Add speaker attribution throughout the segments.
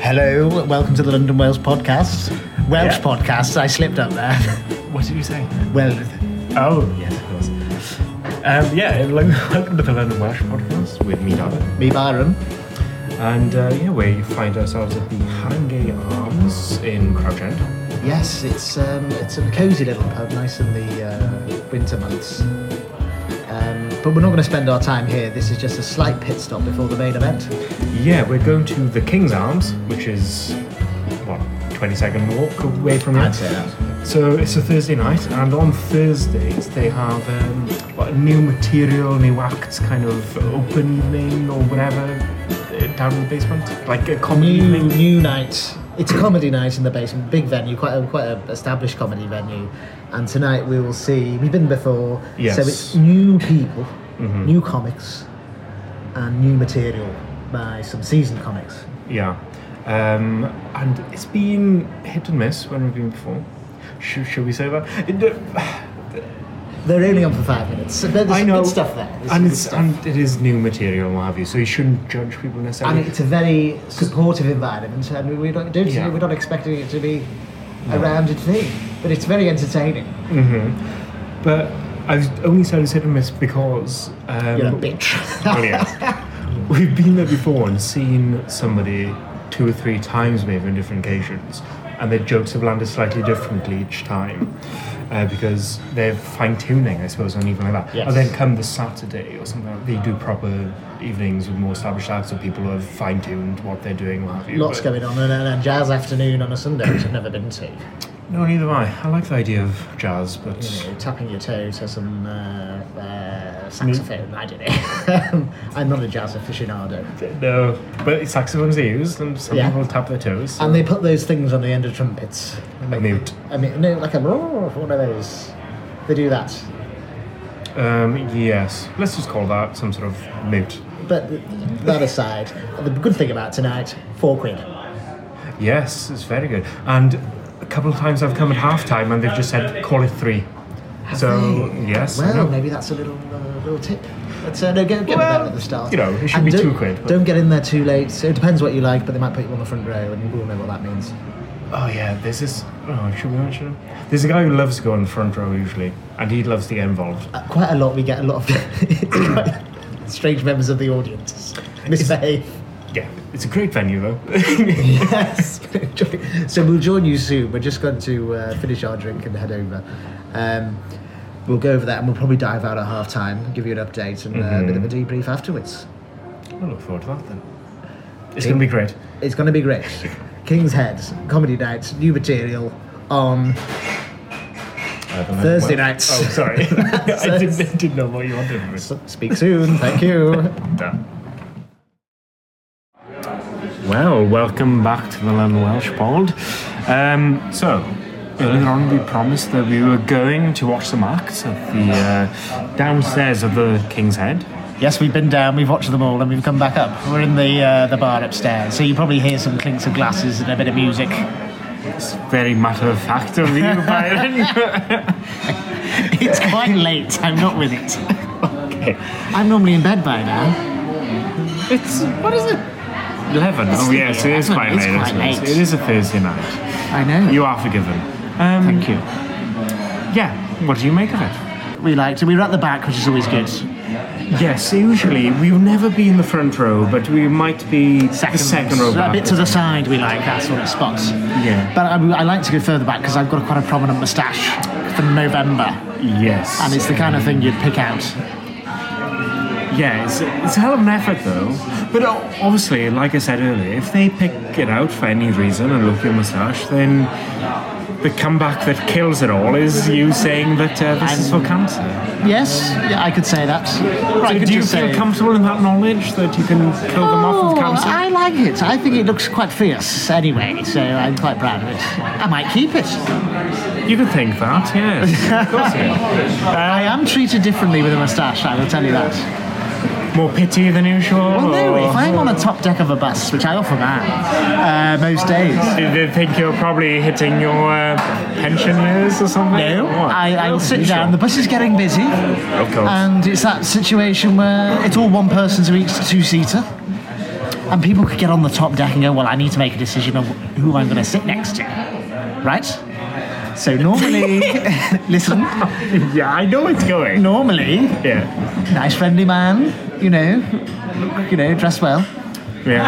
Speaker 1: Hello, welcome to the London Wales podcast. Welsh
Speaker 2: Yeah.
Speaker 1: podcast, I slipped up there.
Speaker 2: What did you say?
Speaker 1: well,
Speaker 2: Oh, yes, of course. Um, yeah, hello, welcome to the London Welsh podcast with me, Donna.
Speaker 1: me Byron.
Speaker 2: And uh, yeah, we find ourselves at the Harringay Arms in Crouch End.
Speaker 1: Yes, it's um, it's a cosy little pub, nice in the uh, winter months. Um, but we're not going to spend our time here. This is just a slight pit stop before the main event.
Speaker 2: Yeah, we're going to the King's Arms, which is, what, 20 second walk away from here.
Speaker 1: I'd say that.
Speaker 2: So it's a Thursday night, and on Thursdays they have um, what, new material, new acts, kind of open evening or whatever, uh, down in the basement, like a comedy
Speaker 1: New
Speaker 2: evening.
Speaker 1: new night. It's a comedy night in the basement, big venue, quite a quite a established comedy venue. And tonight we will see. We've been before,
Speaker 2: Yes. Mm-hmm.
Speaker 1: so it's new people, new comics, and new material by some seasoned comics.
Speaker 2: Yeah. Um, and it's been hit and miss when we've been before. Should, should we say that? It, uh,
Speaker 1: They're only on for five minutes. So there's
Speaker 2: I know.
Speaker 1: good stuff there. There's
Speaker 2: and
Speaker 1: good
Speaker 2: it's
Speaker 1: stuff.
Speaker 2: and it is new material and what have you, so you shouldn't judge people necessarily.
Speaker 1: and it's a very supportive environment, and we- we don't do
Speaker 2: Yeah.
Speaker 1: we're not expecting it to be a rounded thing, but it's very entertaining.
Speaker 2: but I've only said it's hit and miss because um,
Speaker 1: You're a bitch.
Speaker 2: Well, yeah. We've been there before and seen somebody two or three times, maybe on different occasions, and their jokes have landed slightly differently each time uh, because they're fine tuning, I suppose, on even like that.
Speaker 1: Yes.
Speaker 2: And then come the Saturday or something, like that, they do proper evenings with more established acts, so people have fine tuned what they're doing, what have you.
Speaker 1: Lots
Speaker 2: but-
Speaker 1: going on, and, and a jazz afternoon on a Sunday, which I've never been to.
Speaker 2: No, neither have I. I like the idea of jazz, but.
Speaker 1: You know, tapping your toe to some uh, uh, saxophone. I don't know. I'm not a jazz aficionado.
Speaker 2: No, but saxophones are used, and some
Speaker 1: Yeah. Um,
Speaker 2: people tap their toes. so-
Speaker 1: And they put those things on the end of trumpets.
Speaker 2: A mute.
Speaker 1: I mean, no, like a one of those. They do that.
Speaker 2: Um, yes, let's just call that some sort of mute.
Speaker 1: But that aside, the good thing about tonight, four quid.
Speaker 2: Yes, it's very good. And a couple of times I've come at half time and they've just said, call it three. so,
Speaker 1: Hey,
Speaker 2: yes. I
Speaker 1: Well,
Speaker 2: know.
Speaker 1: maybe that's a little uh, little tip. But uh, no, get, get
Speaker 2: Well,
Speaker 1: them at the start.
Speaker 2: you know, it should
Speaker 1: And
Speaker 2: be
Speaker 1: don't-
Speaker 2: two quid, but-
Speaker 1: Don't get in there too late. So it depends what you like, but they might put you on the front row, and you will know what that means.
Speaker 2: Oh, yeah, this is. Oh, should we mention him? There's a guy who loves going front row usually, and he loves to get involved.
Speaker 1: Uh, quite a lot. We get a lot of it's quite strange members of the audience misbehave.
Speaker 2: Yeah, it's a great venue though.
Speaker 1: yes. so we'll join you soon. We're just going to uh, finish our drink and head over. Um, we'll go over that, and we'll probably dive out at half time, give you an update, and uh, a bit of a
Speaker 2: Mm-hmm.
Speaker 1: debrief afterwards.
Speaker 2: I look forward to that then. It's going to be great.
Speaker 1: It's going to be great. King's Head, comedy nights, new material on
Speaker 2: I don't know.
Speaker 1: Thursday
Speaker 2: Well-
Speaker 1: nights.
Speaker 2: Oh, sorry. I didn't, I didn't know what you wanted from me.
Speaker 1: Speak soon. Thank you.
Speaker 2: Well, welcome back to the London Welsh Pod. Um, so, earlier on we promised that we were going to watch some acts at the uh, downstairs of the King's Head.
Speaker 1: Yes, we've been down, we've watched them all, and we've come back up. We're in the uh, the bar upstairs, so you probably hear some clinks of glasses and a bit of music.
Speaker 2: It's very matter of fact of you, Byron.
Speaker 1: It's quite late. I'm not with it.
Speaker 2: okay.
Speaker 1: I'm normally in bed by now.
Speaker 2: It's, what is it? 11. Oh, yes, it is quite
Speaker 1: It's
Speaker 2: late.
Speaker 1: quite
Speaker 2: isn't it?
Speaker 1: late.
Speaker 2: It is a Thursday night.
Speaker 1: I know.
Speaker 2: You are forgiven. Um,
Speaker 1: Thank you.
Speaker 2: yeah, what do you make of it?
Speaker 1: We liked it. We were at the back, which is always good.
Speaker 2: Yes, usually we'll never be in the front row, but we might be the second row
Speaker 1: A
Speaker 2: back.
Speaker 1: bit to the side, we like that sort of spot.
Speaker 2: Yeah.
Speaker 1: But I, I like to go further back because I've got quite a prominent moustache for November.
Speaker 2: Yes.
Speaker 1: And it's the kind of thing you'd pick out.
Speaker 2: yeah, it's, it's a hell of an effort though. But o- obviously, like I said earlier, if they pick it out for any reason and look at your moustache, then the comeback that kills it all is you saying that uh, this is for cancer.
Speaker 1: Yes, yeah, I could say that. Or I
Speaker 2: So
Speaker 1: could
Speaker 2: do you feel
Speaker 1: just say,
Speaker 2: comfortable in that knowledge that you can kill them off with
Speaker 1: "Oh,
Speaker 2: cancer?
Speaker 1: I like it. I think it looks quite fierce anyway, so I'm quite proud of it. I might keep it.
Speaker 2: You could think that, yes. of course you could.
Speaker 1: I am treated differently with a moustache, I will tell you that.
Speaker 2: More pity than usual?
Speaker 1: Well, no,
Speaker 2: or-
Speaker 1: if I'm on a top deck of a bus, which I often am, uh, most days,
Speaker 2: Did they think you're probably hitting your uh, pension years or something?
Speaker 1: no,
Speaker 2: What?
Speaker 1: I, I will sit
Speaker 2: Usual.
Speaker 1: down. The bus is getting busy,
Speaker 2: Of course.
Speaker 1: and it's that situation where it's all one person to each two seater. and people could get on the top deck and go, well, I need to make a decision on who I'm going to sit next to, right? So normally, listen,
Speaker 2: yeah, I know it's going.
Speaker 1: normally,
Speaker 2: Yeah.
Speaker 1: nice friendly man, you know, you know, dressed well.
Speaker 2: Yeah.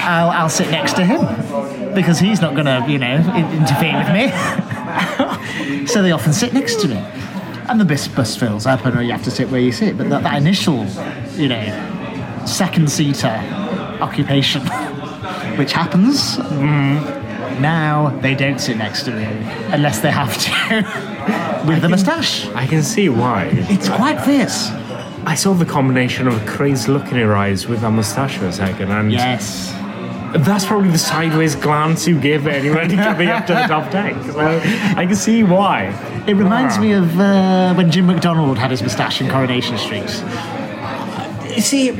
Speaker 1: I'll, I'll sit next to him because he's not going to, you know, in- interfere with me. so they often sit next to me. And the bus, bus fills up and you have to sit where you sit. But that, that initial, you know, second seater occupation, which happens, mm, now they don't sit next to me unless they have to with the moustache.
Speaker 2: I can see why.
Speaker 1: It's quite fierce.
Speaker 2: I saw the combination of a crazed look in her eyes with her moustache for a second, and
Speaker 1: Yes.
Speaker 2: that's probably the sideways glance you give anybody coming up to the top deck. So I can see why.
Speaker 1: It reminds me of uh, when Jim McDonald had his moustache in Coronation Street.
Speaker 2: You see,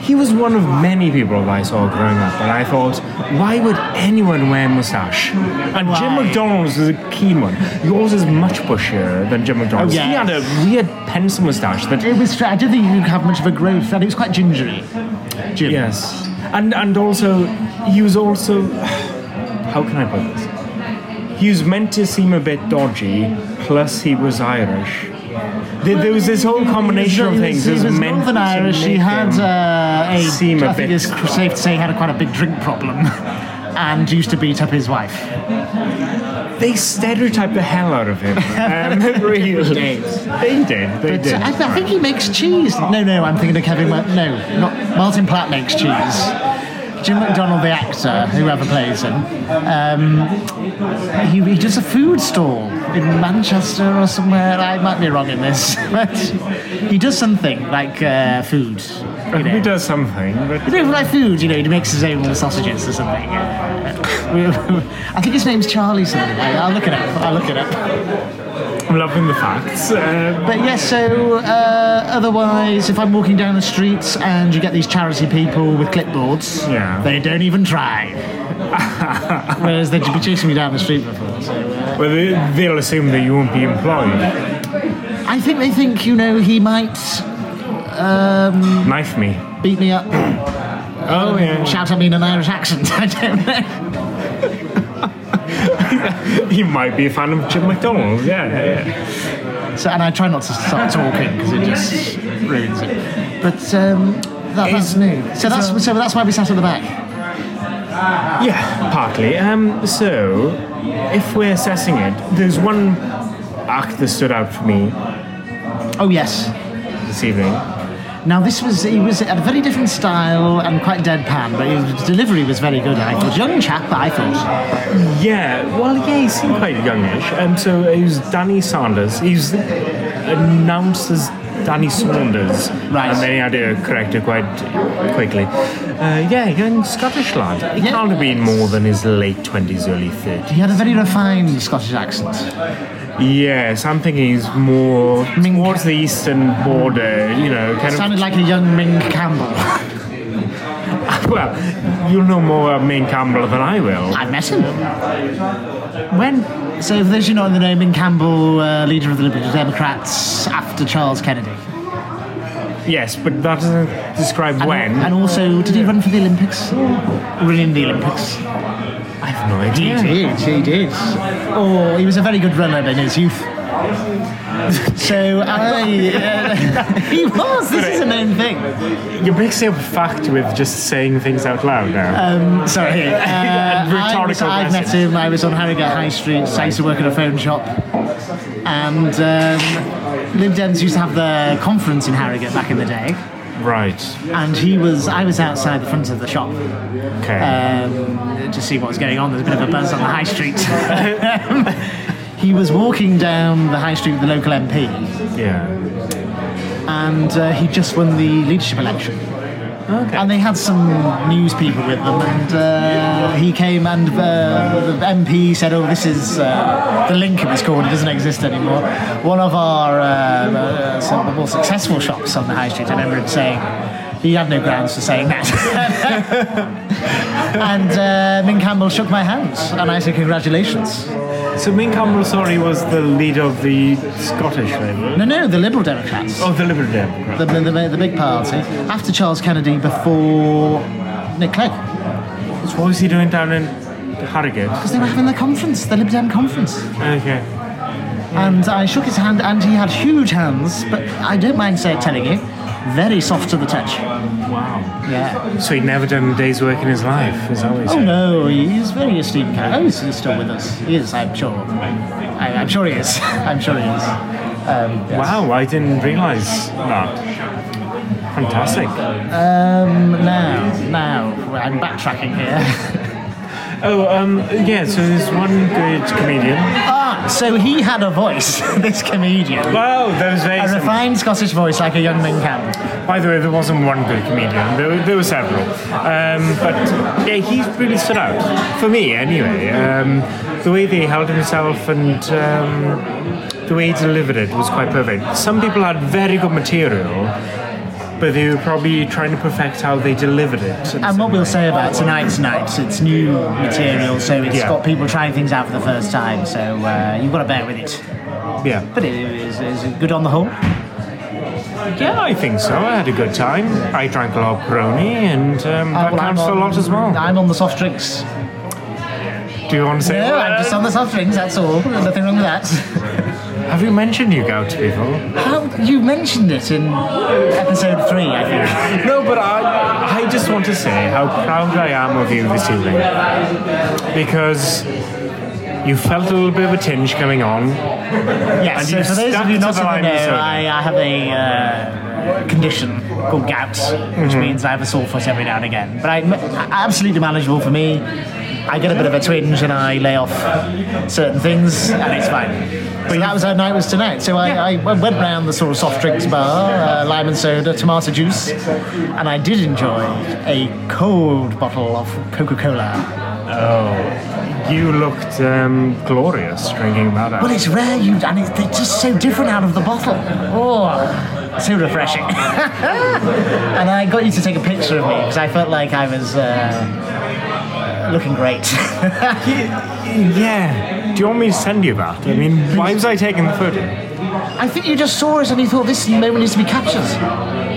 Speaker 2: he was one of many people that I saw growing up, and I thought, why would anyone wear a moustache? And Jim
Speaker 1: Why?
Speaker 2: McDonald's is a keen one. Yours is much bushier than Jim McDonald's.
Speaker 1: Oh, yes.
Speaker 2: He had a weird pencil moustache that
Speaker 1: It was. I didn't think you could have much of a growth, and it was quite gingery. Jim.
Speaker 2: Yes, and and also he was also how can I put this? He was meant to seem a bit dodgy, plus he was Irish. There, there was this whole combination of things.
Speaker 1: He
Speaker 2: that
Speaker 1: was
Speaker 2: meant
Speaker 1: Northern
Speaker 2: to
Speaker 1: Irish. He
Speaker 2: make
Speaker 1: had
Speaker 2: him-
Speaker 1: uh, a.
Speaker 2: seem a
Speaker 1: I think
Speaker 2: bit-
Speaker 1: it's safe to say he had a, quite a big drink problem, and used to beat up his wife. uh,
Speaker 2: they stereotyped the hell out of him. Um, really, they did. They
Speaker 1: But
Speaker 2: did.
Speaker 1: uh, I, I think he makes cheese. No, no, I'm thinking of Kevin. Wel- No, not Martin Platt makes cheese. Jim McDonald, the actor, whoever plays him, um, he, he does a food stall in Manchester or somewhere. I might be wrong in this, but he does something like uh, food. You
Speaker 2: he
Speaker 1: know.
Speaker 2: does something, but
Speaker 1: You know, like food, you know, he makes his own sausages or something. Uh, I think his name's Charlie something. I- I'll look it up. I'll look it up.
Speaker 2: I'm loving the facts. Uh,
Speaker 1: But yeah, so uh, otherwise, if I'm walking down the streets and you get these charity people with clipboards,
Speaker 2: Yeah.
Speaker 1: they don't even try. Whereas they'd be chasing me down the street before. So uh,
Speaker 2: well, they, they'll assume that you won't be employed.
Speaker 1: I think they think, you know, he might
Speaker 2: Knife me.
Speaker 1: beat me up,
Speaker 2: Oh yeah.
Speaker 1: shout at me in an Irish accent. I don't know.
Speaker 2: You might be a fan of Jim McDonald's, yeah. yeah.
Speaker 1: So, and I try not to start talking because it just ruins it. But um, that, that's
Speaker 2: Is-
Speaker 1: new. So that's so that's why we sat at the back.
Speaker 2: Yeah, partly. Um, so, if we're assessing it, there's one act that stood out for me
Speaker 1: Oh yes.
Speaker 2: this evening.
Speaker 1: Now this was he was a very different style and quite deadpan, but his delivery was very good. I thought young chap, I thought.
Speaker 2: Yeah, well, yeah, he seemed quite youngish. Um, so it was Danny Sanders. He was announced as Danny Saunders,
Speaker 1: Right.
Speaker 2: And then he had to correct it quite quickly. Uh, yeah, young Scottish lad. He
Speaker 1: Yeah.
Speaker 2: can't have been more than his late twenties, early thirties.
Speaker 1: He had a very refined Scottish accent.
Speaker 2: Yes, I'm thinking he's more towards the eastern border. You know, kind of
Speaker 1: Sounded like a young Ming Campbell.
Speaker 2: Well, you'll know more about Maine Campbell than I will.
Speaker 1: I met him. When? So for those who don't know, Ming Campbell, uh, leader of the Liberal Democrats after Charles Kennedy.
Speaker 2: Yes, but that doesn't describe
Speaker 1: And-
Speaker 2: when.
Speaker 1: And also, did he run for the Olympics? Run in the Olympics?
Speaker 2: I have no idea.
Speaker 1: did, he did. Oh, he was a very good runner in his youth. so I, uh, he was. This is a known thing.
Speaker 2: You're mixing up fact with just saying things out loud now.
Speaker 1: Um, sorry. Uh, I, was,
Speaker 2: Rhetorical
Speaker 1: I met
Speaker 2: message.
Speaker 1: him. I was on Harrogate High Street. I used to work at a phone shop, and um, Lib Dems used to have their conference in Harrogate back in the day.
Speaker 2: right.
Speaker 1: And he was. I was outside the front of the shop
Speaker 2: Okay.
Speaker 1: um, to see what was going on. There's a bit of a buzz on the high street. he was walking down the high street with the local MP,
Speaker 2: yeah.
Speaker 1: and uh, he just won the leadership election.
Speaker 2: Okay.
Speaker 1: And they had some news people with them, and uh, he came and uh, the MP said, "Oh, this is uh, the link it was called. It doesn't exist anymore." One of our uh, uh, some of the more successful shops on the high street. I remember him saying he had no grounds for saying that. and uh, Min Campbell shook my hand, and I said, "Congratulations."
Speaker 2: So Ming Kamrasori was the leader of the Scottish Labour.
Speaker 1: No, no, the Liberal Democrats.
Speaker 2: Oh, the Liberal Democrats.
Speaker 1: The, the, the, the big party. After Charles Kennedy, before Nick Clegg.
Speaker 2: So what was he doing down in Harrogate?
Speaker 1: Because they were having the conference, the Lib Dem conference.
Speaker 2: Okay.
Speaker 1: And I shook his hand, and he had huge hands, but I don't mind say, telling you, very soft to the touch.
Speaker 2: Wow.
Speaker 1: Yeah.
Speaker 2: So he'd never done a day's work in his life, is that what he
Speaker 1: Oh
Speaker 2: said?
Speaker 1: no, he's very esteemed. Cat. Oh, he's he's still with us. He is, I'm sure. I, I'm sure he is. I'm sure he is. Um, yes.
Speaker 2: Wow, I didn't realise that. Fantastic.
Speaker 1: Um, now, now, well, I'm backtracking here.
Speaker 2: Oh, um, yeah, so there's one good comedian.
Speaker 1: ah, so he had a voice, this comedian.
Speaker 2: Wow, there was very
Speaker 1: A
Speaker 2: some-
Speaker 1: refined Scottish voice like a young man can.
Speaker 2: By the way, there wasn't one good comedian. There were, there were several, um, but yeah, he really stood out for me. Anyway, um, the way they held himself and um, the way he delivered it was quite perfect. Some people had very good material, but they were probably trying to perfect how they delivered it.
Speaker 1: And what we'll say about tonight's night, it's new material, so it's
Speaker 2: Yeah.
Speaker 1: got people trying things out for the first time, so uh, you've got to bear with it.
Speaker 2: yeah.
Speaker 1: But it is, is it good on the whole.
Speaker 2: Yeah, I think so. I had a good time. I drank a lot of Peroni, and um,
Speaker 1: Uh,
Speaker 2: that
Speaker 1: well, I'm
Speaker 2: counts for a
Speaker 1: on-
Speaker 2: lot as well.
Speaker 1: I'm on the soft drinks.
Speaker 2: Do you want to say?
Speaker 1: No,
Speaker 2: a
Speaker 1: I'm
Speaker 2: word?
Speaker 1: just on the soft drinks, that's all. There's nothing wrong with that.
Speaker 2: Have you mentioned you go to people?
Speaker 1: How, you mentioned it in episode three, I think.
Speaker 2: No, but I, I just want to say how proud I am of you this evening because you felt a little bit of a tinge coming on.
Speaker 1: Yes,
Speaker 2: And you
Speaker 1: so for those
Speaker 2: stuck
Speaker 1: of you
Speaker 2: to
Speaker 1: not
Speaker 2: the
Speaker 1: in the
Speaker 2: line
Speaker 1: know,
Speaker 2: you said.
Speaker 1: I, I have a uh, condition called gout, which
Speaker 2: Mm-hmm.
Speaker 1: means I have a sore foot every now and again. But I, absolutely manageable for me. I get a bit of a twinge and I lay off certain things, and it's fine. But that was how night was tonight. So I, I went round the sort of soft drinks bar, uh, lime and soda, tomato juice, and I did enjoy a cold bottle of Coca Cola.
Speaker 2: Oh, you looked um, glorious drinking that
Speaker 1: Well,
Speaker 2: out.
Speaker 1: it's rare, you, and it's, they're just so different out of the bottle. Oh, so refreshing. and I got you to take a picture of me because I felt like I was uh, looking great.
Speaker 2: Yeah. Do you want me to send you that? I mean, why was I taking the photo?
Speaker 1: I think you just saw us and you thought this moment needs to be captured.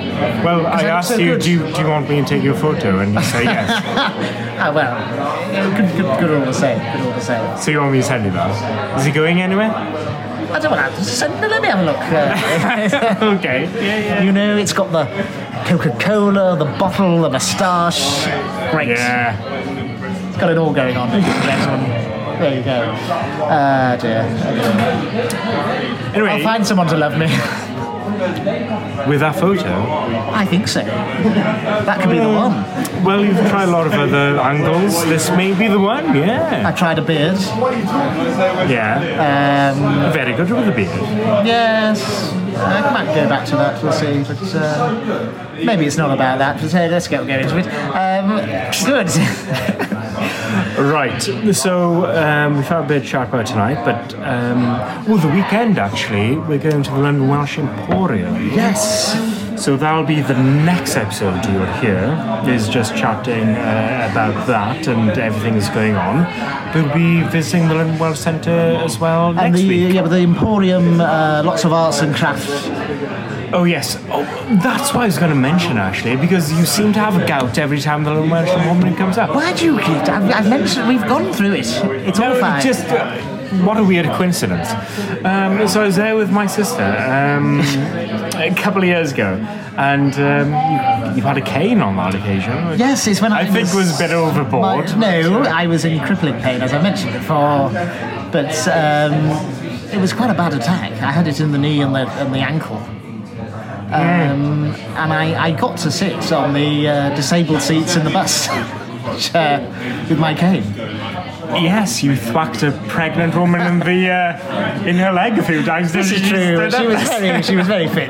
Speaker 2: Well, I
Speaker 1: that
Speaker 2: asked
Speaker 1: so
Speaker 2: you
Speaker 1: good?
Speaker 2: do, you, do you want me to take your photo? And you say yes.
Speaker 1: Ah, well, good, good, good all the same. Good all the same.
Speaker 2: so you want me to send you that? Is he going anywhere?
Speaker 1: I don't want to send. Let me have a look. Uh,
Speaker 2: okay. Yeah,
Speaker 1: you know, it's got the Coca Cola, the bottle, the moustache. Great.
Speaker 2: Yeah.
Speaker 1: It's got it all going on. Next one. There you go. Ah, dear. I'll
Speaker 2: Anyway,
Speaker 1: find someone to love me.
Speaker 2: with that photo,
Speaker 1: I think so. That could be the one.
Speaker 2: Well, you've tried a lot of other angles. This may be the one,
Speaker 1: I
Speaker 2: yeah.
Speaker 1: tried a beard.
Speaker 2: Yeah.
Speaker 1: Um,
Speaker 2: Very good with the beard.
Speaker 1: yes, I might go back to that. We'll see. But uh, maybe it's not about that. But hey, let's get get into it. Um, good.
Speaker 2: Right. So, um, we've had a bit of chat about tonight, but, um, well, the weekend actually, we're going to the London Welsh Emporium.
Speaker 1: yes.
Speaker 2: So that'll be the next episode you'll hear, is just chatting uh, about that and everything that's going on. We'll be visiting the London Welsh Centre as well
Speaker 1: And
Speaker 2: next
Speaker 1: the
Speaker 2: week.
Speaker 1: yeah, but the Emporium, uh, lots of arts and crafts.
Speaker 2: Oh yes, oh, that's what I was going to mention actually, because you seem to have a gout every time the little Welsh woman comes up.
Speaker 1: Why do you keep? I've, I've mentioned we've gone through it. It's all
Speaker 2: No,
Speaker 1: fine.
Speaker 2: just uh, what a weird coincidence. Um, so I was there with my sister um, a couple of years ago, and um, you, you had a cane on that occasion. which
Speaker 1: Yes, it's when I,
Speaker 2: I think was a bit overboard.
Speaker 1: My- no, I was in crippling pain, as I mentioned before, but um, it was quite a bad attack. I had it in the knee and the, and the ankle. Um, and I, I got to sit on the uh, disabled seats in the bus chair with my cane.
Speaker 2: Yes, you thwacked a pregnant woman in the uh, in her leg a few times.
Speaker 1: This
Speaker 2: didn't
Speaker 1: is
Speaker 2: you?
Speaker 1: true.
Speaker 2: Stood
Speaker 1: She
Speaker 2: up.
Speaker 1: was very, she was very fit.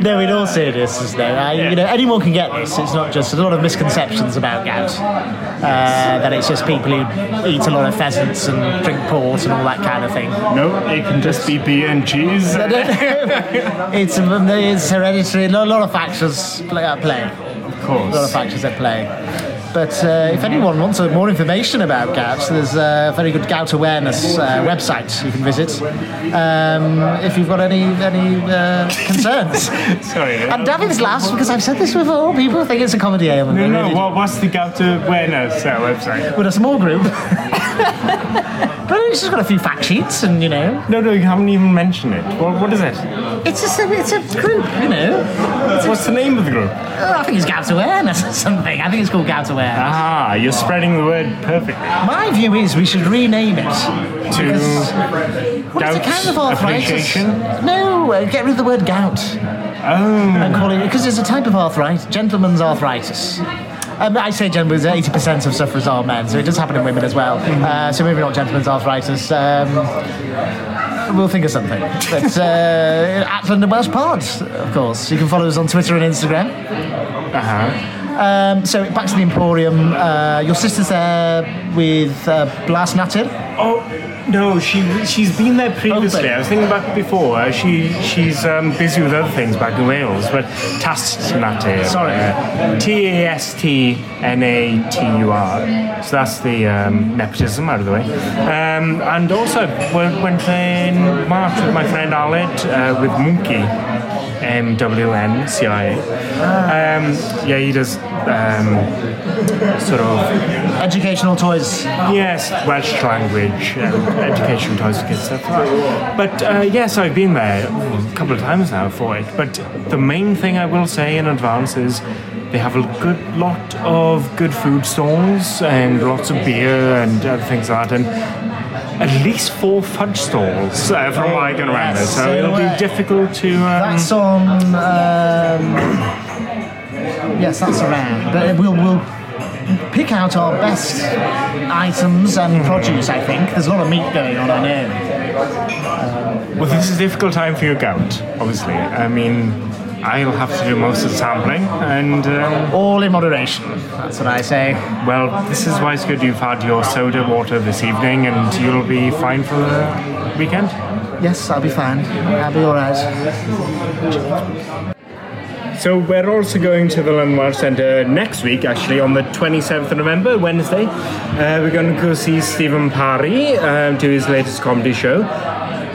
Speaker 1: no, in all seriousness, though, I, you know, anyone can get this. It's not just there's a lot of misconceptions about gout. Uh, that it's just people who eat a lot of pheasants and drink port and all that kind of thing.
Speaker 2: No, it can just be beer and cheese.
Speaker 1: It's, it's hereditary. A lot of factors play at play.
Speaker 2: Of
Speaker 1: A lot of
Speaker 2: course.
Speaker 1: factors at play. But uh, if anyone wants uh, more information about gout, there's a very good gout awareness uh, website you can visit um, if you've got any any uh, concerns.
Speaker 2: Sorry.
Speaker 1: and David's laughs because I've said this before. People think it's a comedy element.
Speaker 2: No,
Speaker 1: They
Speaker 2: no,
Speaker 1: really do.
Speaker 2: what, what's the gout awareness uh, website?
Speaker 1: We're a small group. but it's just got a few fact sheets, and you know,
Speaker 2: No, no, you haven't even mentioned it. What, what is it?
Speaker 1: it's just a, it's a group, you know.
Speaker 2: What's the name of the group?
Speaker 1: Oh, I think it's gout awareness or something. I think it's called gout awareness.
Speaker 2: Ah, you're spreading the word perfectly.
Speaker 1: My view is we should rename it. Because-
Speaker 2: To
Speaker 1: What is it,
Speaker 2: Gout
Speaker 1: kind of arthritis?
Speaker 2: appreciation?
Speaker 1: No, uh, get rid of the word gout.
Speaker 2: oh,
Speaker 1: And call it because it's a type of arthritis, gentleman's arthritis. Um, I say gentlemen's. Eighty percent of sufferers are men, so it does happen in women as well. Uh, so maybe not gentleman's arthritis. Um, we'll think of something. But uh, at London Welsh Pod, of course. You can follow us on Twitter and Instagram.
Speaker 2: uh huh.
Speaker 1: Um, so back to the Emporium. Uh, your sister's there with uh, Blas Natter.
Speaker 2: Oh no, she she's been there previously.
Speaker 1: Open.
Speaker 2: I was thinking about it before. Uh, she she's um, busy with other things back in Wales, but Tastnatur.
Speaker 1: Sorry.
Speaker 2: uh, T A S T N A T U R. So that's the um, nepotism out of the way. Um, and also went, went in March with my friend Aled uh, with Monkey. M W N C I A. Um, yeah, he does um, sort of
Speaker 1: Educational toys.
Speaker 2: Yes, Welsh language and education toys for kids stuff. But uh, yes, I've been there a couple of times now for it. But the main thing I will say in advance is they have a good lot of good food stalls and lots of beer and other things like that. And at least four fudge stalls uh, from what I can remember.
Speaker 1: yes,
Speaker 2: So
Speaker 1: so
Speaker 2: it'll
Speaker 1: do I.
Speaker 2: be difficult to. Um,
Speaker 1: That's on. Um, yes, that's around. But we'll we'll pick out our best items and produce. I think there's a lot of meat going on. I know.
Speaker 2: Well, this is a difficult time for your gout, obviously. I mean, I'll have to do most of the sampling and. Um,
Speaker 1: All in moderation. That's what I say.
Speaker 2: Well, this is why it's good you've had your soda water this evening and you'll be fine for the weekend.
Speaker 1: Yes, I'll be fine. I'll be all right.
Speaker 2: So, we're also going to the London Welsh Centre next week, actually, on the 27th of November, Wednesday. Uh, we're going to go see Stephen Parry um, do his latest comedy show.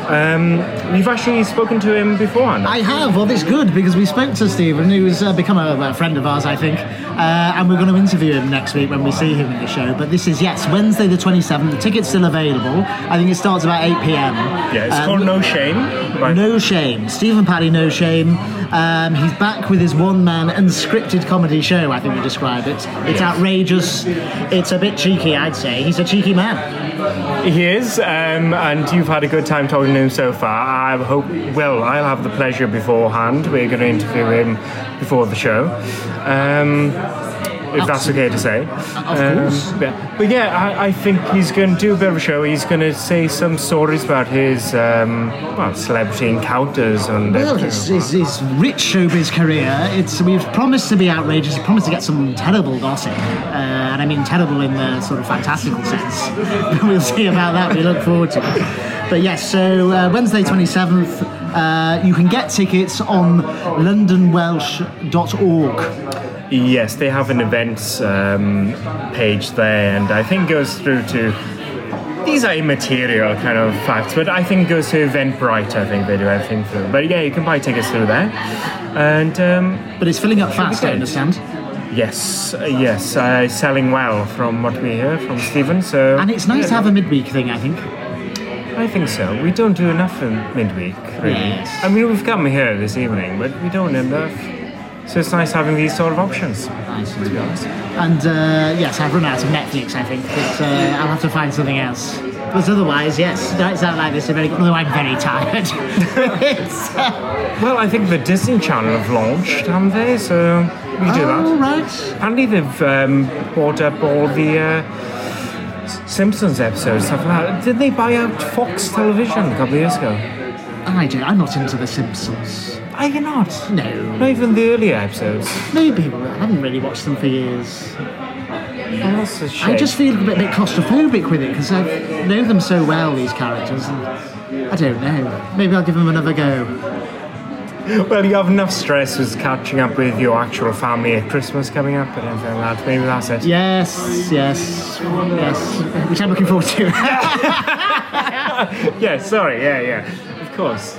Speaker 2: Um, we've actually spoken to him beforehand.
Speaker 1: I have. Well, it's good because we spoke to Stephen, who's uh, become a, a friend of ours, I think, uh, and we're going to interview him next week when we see him in the show. But this is yes, Wednesday the twenty seventh. The ticket's still available. I think it starts about eight p.m.
Speaker 2: Yeah, it's
Speaker 1: Um,
Speaker 2: called No Shame. By
Speaker 1: No shame. Stephen Paddy, no shame. Um, he's back with his one man unscripted comedy show, I think we describe it. It's outrageous. It's a bit cheeky, I'd say. He's a cheeky man.
Speaker 2: He is, um, and you've had a good time talking to him so far. I hope, well, I'll have the pleasure beforehand. We're going to interview him before the show, um, if that's okay to say. Um,
Speaker 1: Of course.
Speaker 2: yeah. But yeah, I, I think he's going to do a bit of a show. He's going to say some stories about his um, well, celebrity encounters and
Speaker 1: Well,
Speaker 2: everything.
Speaker 1: his, his, his rich showbiz career, it's, we've promised to be outrageous, we've promised to get some terrible gossip. Uh, and I mean terrible in the sort of fantastical sense. we'll see about that, we look forward to it. But yes, so uh, Wednesday 27th, uh, you can get tickets on londonwelsh.org.
Speaker 2: Yes, they have an events um, page there, and I think goes through to these are immaterial kind of facts, but I think goes to Eventbrite. I think they do everything through. But yeah, you can buy tickets through there, and um,
Speaker 1: But it's filling up fast, I
Speaker 2: good.
Speaker 1: understand.
Speaker 2: yes, uh, yes, uh, selling well from what we hear from Stephen. So
Speaker 1: And it's nice to have a midweek thing, I think.
Speaker 2: I think so. We don't do enough in midweek, really.
Speaker 1: Yes.
Speaker 2: I mean, we've come here this evening, but we don't enough. So it's nice having these sort of options.
Speaker 1: Nice, to be honest. And uh, yes, I've run out of Netflix, I think, but uh, I'll have to find something else. But otherwise, yes, nights out like this are very good, although I'm very tired. It's-
Speaker 2: Well, I think the Disney Channel have launched, haven't they? So we can do
Speaker 1: All
Speaker 2: that.
Speaker 1: right.
Speaker 2: Apparently, they've um, bought up all the uh, Simpsons episodes, stuff like that. Did they buy out Fox Television a couple of years ago?
Speaker 1: I do. I'm not into The Simpsons.
Speaker 2: Are you not?
Speaker 1: No.
Speaker 2: Not even the earlier episodes.
Speaker 1: Maybe. I haven't really watched them for years.
Speaker 2: Oh, that's a shame.
Speaker 1: I just feel a bit, bit claustrophobic with it because I know them so well, these characters. And I don't know. Maybe I'll give them another go.
Speaker 2: Well, you have enough stress with catching up with your actual family at Christmas coming up and everything like that. Maybe that's it.
Speaker 1: Yes, yes, yes. Which I'm looking forward to.
Speaker 2: Yeah, sorry, yeah, yeah. Of course.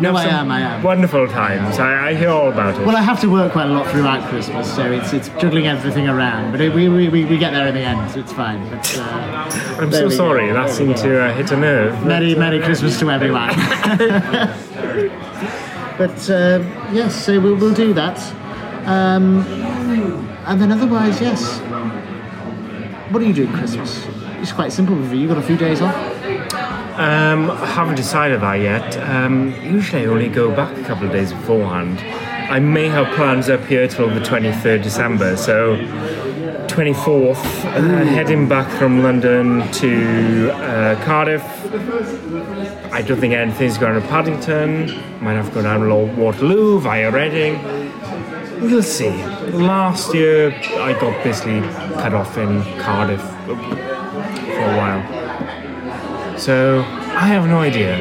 Speaker 1: no, I
Speaker 2: Some
Speaker 1: am. I am.
Speaker 2: Wonderful times. I, I hear all about it.
Speaker 1: Well, I have to work quite a lot throughout Christmas, so it's it's juggling everything around. But it, we, we, we we get there in the end. so It's fine. But, uh,
Speaker 2: I'm
Speaker 1: there
Speaker 2: so
Speaker 1: we go.
Speaker 2: sorry. That
Speaker 1: There we
Speaker 2: seemed
Speaker 1: go.
Speaker 2: to uh, hit a nerve.
Speaker 1: Merry Merry Christmas to everyone. but um yes, so we'll, we'll do that. Um, and then otherwise, yes. What are you doing Christmas? It's quite simple with you. You got a few days off.
Speaker 2: Um, I haven't decided that yet. Um, usually I only go back a couple of days beforehand. I may have plans up here till the 23rd December, so 24th, uh, heading back from London to uh, Cardiff. I don't think anything's going to Paddington. Might have to go down to Lo- Waterloo via Reading. We'll see. Last year I got basically cut off in Cardiff for a while. So I have no idea.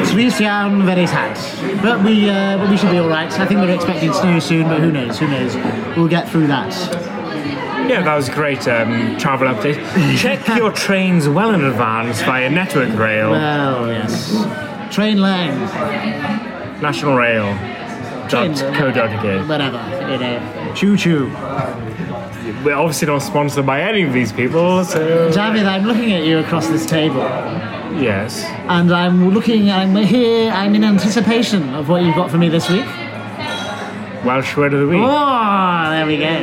Speaker 1: It's we sound very sad, but we uh, but we should be all right. I think we're expecting snow soon, but who knows? Who knows? We'll get through that.
Speaker 2: Yeah, that was a great um, travel update. Check your trains well in advance via Network Rail,
Speaker 1: Well, yes. Train line.
Speaker 2: National Rail. Dot co dot uk.
Speaker 1: Whatever. You know. Choo choo.
Speaker 2: We're obviously not sponsored by any of these people, so
Speaker 1: David, I'm looking at you across this table,
Speaker 2: yes.
Speaker 1: and I'm looking. I'm here. I'm in anticipation of what you've got for me this week.
Speaker 2: Welsh word of the week.
Speaker 1: Oh, there we go.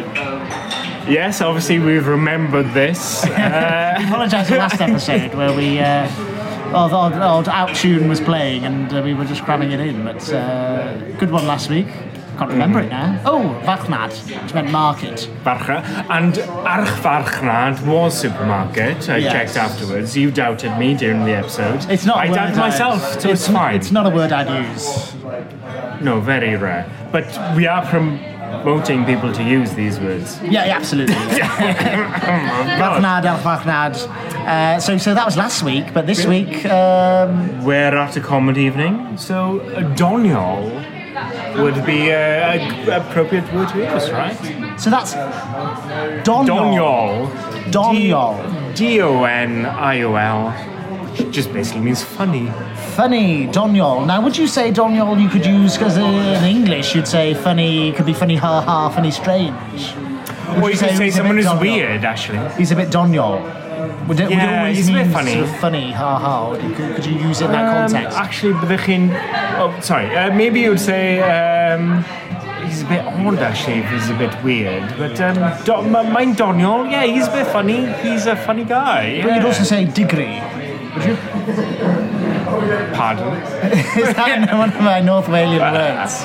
Speaker 2: Yes, obviously we've remembered this. Uh,
Speaker 1: I apologise for last episode where we. Uh, Old, old, old out tune was playing and uh, we were just cramming it in, but uh, good one last week. Can't remember it now. Oh, Vachnad, which meant market.
Speaker 2: Farcha. And Archfarchnad was supermarket. I
Speaker 1: Yes.
Speaker 2: checked afterwards. You doubted me during the episode.
Speaker 1: It's not. a
Speaker 2: I
Speaker 1: word
Speaker 2: doubted
Speaker 1: I'd-
Speaker 2: myself, so it's,
Speaker 1: n-
Speaker 2: fine.
Speaker 1: It's not a word I'd use.
Speaker 2: No, very rare. But we are promoting people to use these words.
Speaker 1: Yeah, yeah, absolutely. Vachnad, El Vachnad. Uh, so, so that was last week, but this week, um,
Speaker 2: We're at a comedy evening, so a doniol would be a, a appropriate word to use, right?
Speaker 1: so that's Donyol.
Speaker 2: Doniol.
Speaker 1: Doniol.
Speaker 2: D O N I O L. which Just basically means funny.
Speaker 1: Funny, Donyol. Now, would you say Donyol you could use, because in English you'd say funny, could be funny ha ha, funny strange.
Speaker 2: or you
Speaker 1: you say
Speaker 2: could say
Speaker 1: he's a
Speaker 2: someone
Speaker 1: bit
Speaker 2: who's
Speaker 1: doniol?
Speaker 2: weird, actually.
Speaker 1: He's a bit Donyol. Would it, would it
Speaker 2: Yeah,
Speaker 1: always
Speaker 2: he's a
Speaker 1: mean
Speaker 2: bit funny.
Speaker 1: Sort of funny ha ha, or could, could you use it in that
Speaker 2: Um,
Speaker 1: context?
Speaker 2: actually, begin. Oh, sorry. Uh, maybe you'd say um, he's a bit odd, actually, if he's a bit weird. But um, Don, m- mind Doniol, yeah, he's a bit funny. He's a funny guy.
Speaker 1: But
Speaker 2: yeah.
Speaker 1: you'd also say degree. Would you?
Speaker 2: Pardon?
Speaker 1: Is that one of my North Walian words?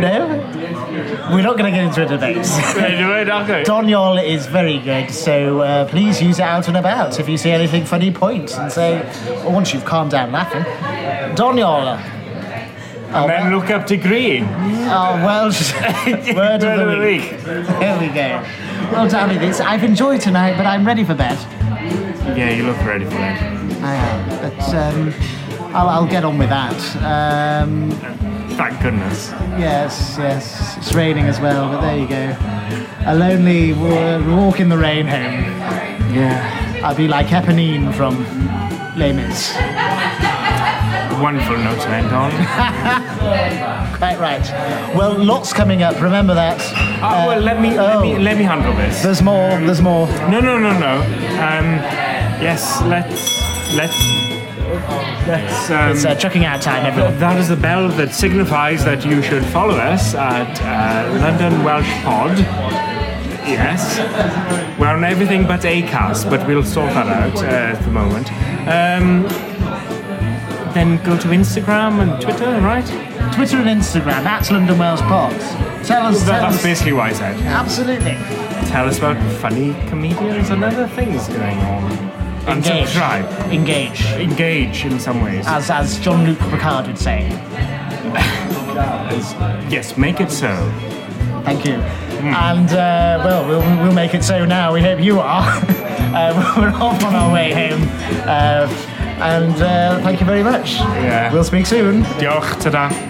Speaker 1: No? We're not going to get into a debate.
Speaker 2: Anyway, okay.
Speaker 1: Donyol is very good, so uh, please use it out and about. If you see anything funny, point and say, or once you've calmed down laughing, uh, Donyol. Oh,
Speaker 2: Then look up degree.
Speaker 1: our Welsh word of the week. There we go. Well, Davy, this I've enjoyed tonight, but I'm ready for bed.
Speaker 2: Yeah, you look ready for that.
Speaker 1: I am, but um, I'll, I'll get on with that. Um,
Speaker 2: Thank goodness.
Speaker 1: Yes, yes. It's raining as well, but there you go. A lonely wa- walk in the rain home.
Speaker 2: Yeah.
Speaker 1: I'll be like Eponine from Les Mis.
Speaker 2: Wonderful note to end on.
Speaker 1: Right, right. Well, lots coming up. Remember that.
Speaker 2: Ah, well, let me, let me
Speaker 1: oh.
Speaker 2: let me handle this.
Speaker 1: There's more. There's more.
Speaker 2: No, no, no, no. Um, yes, let's let's let's. Um,
Speaker 1: It's uh, chucking out time, everyone.
Speaker 2: that is the bell that signifies that you should follow us at uh, London Welsh Pod. Yes. We're on everything but ACAS, but we'll sort that out uh, at the moment. Um, then go to Instagram and Twitter, right?
Speaker 1: Twitter and Instagram. That's London Wales Pods. Tell us. Tell
Speaker 2: That- that's
Speaker 1: us.
Speaker 2: basically why I said.
Speaker 1: Absolutely.
Speaker 2: Tell us about funny comedians and other things going on. And
Speaker 1: Engage. Uh,
Speaker 2: subscribe.
Speaker 1: Engage.
Speaker 2: Engage in some ways.
Speaker 1: As as John Luke Picard would say.
Speaker 2: Yes, make it so.
Speaker 1: Thank you. And uh, well, well, we'll make it so now. We hope you are. uh, we're off on our way home. Uh, And uh, thank you very much.
Speaker 2: Yeah.
Speaker 1: We'll speak soon.
Speaker 2: Diolch, ta-da.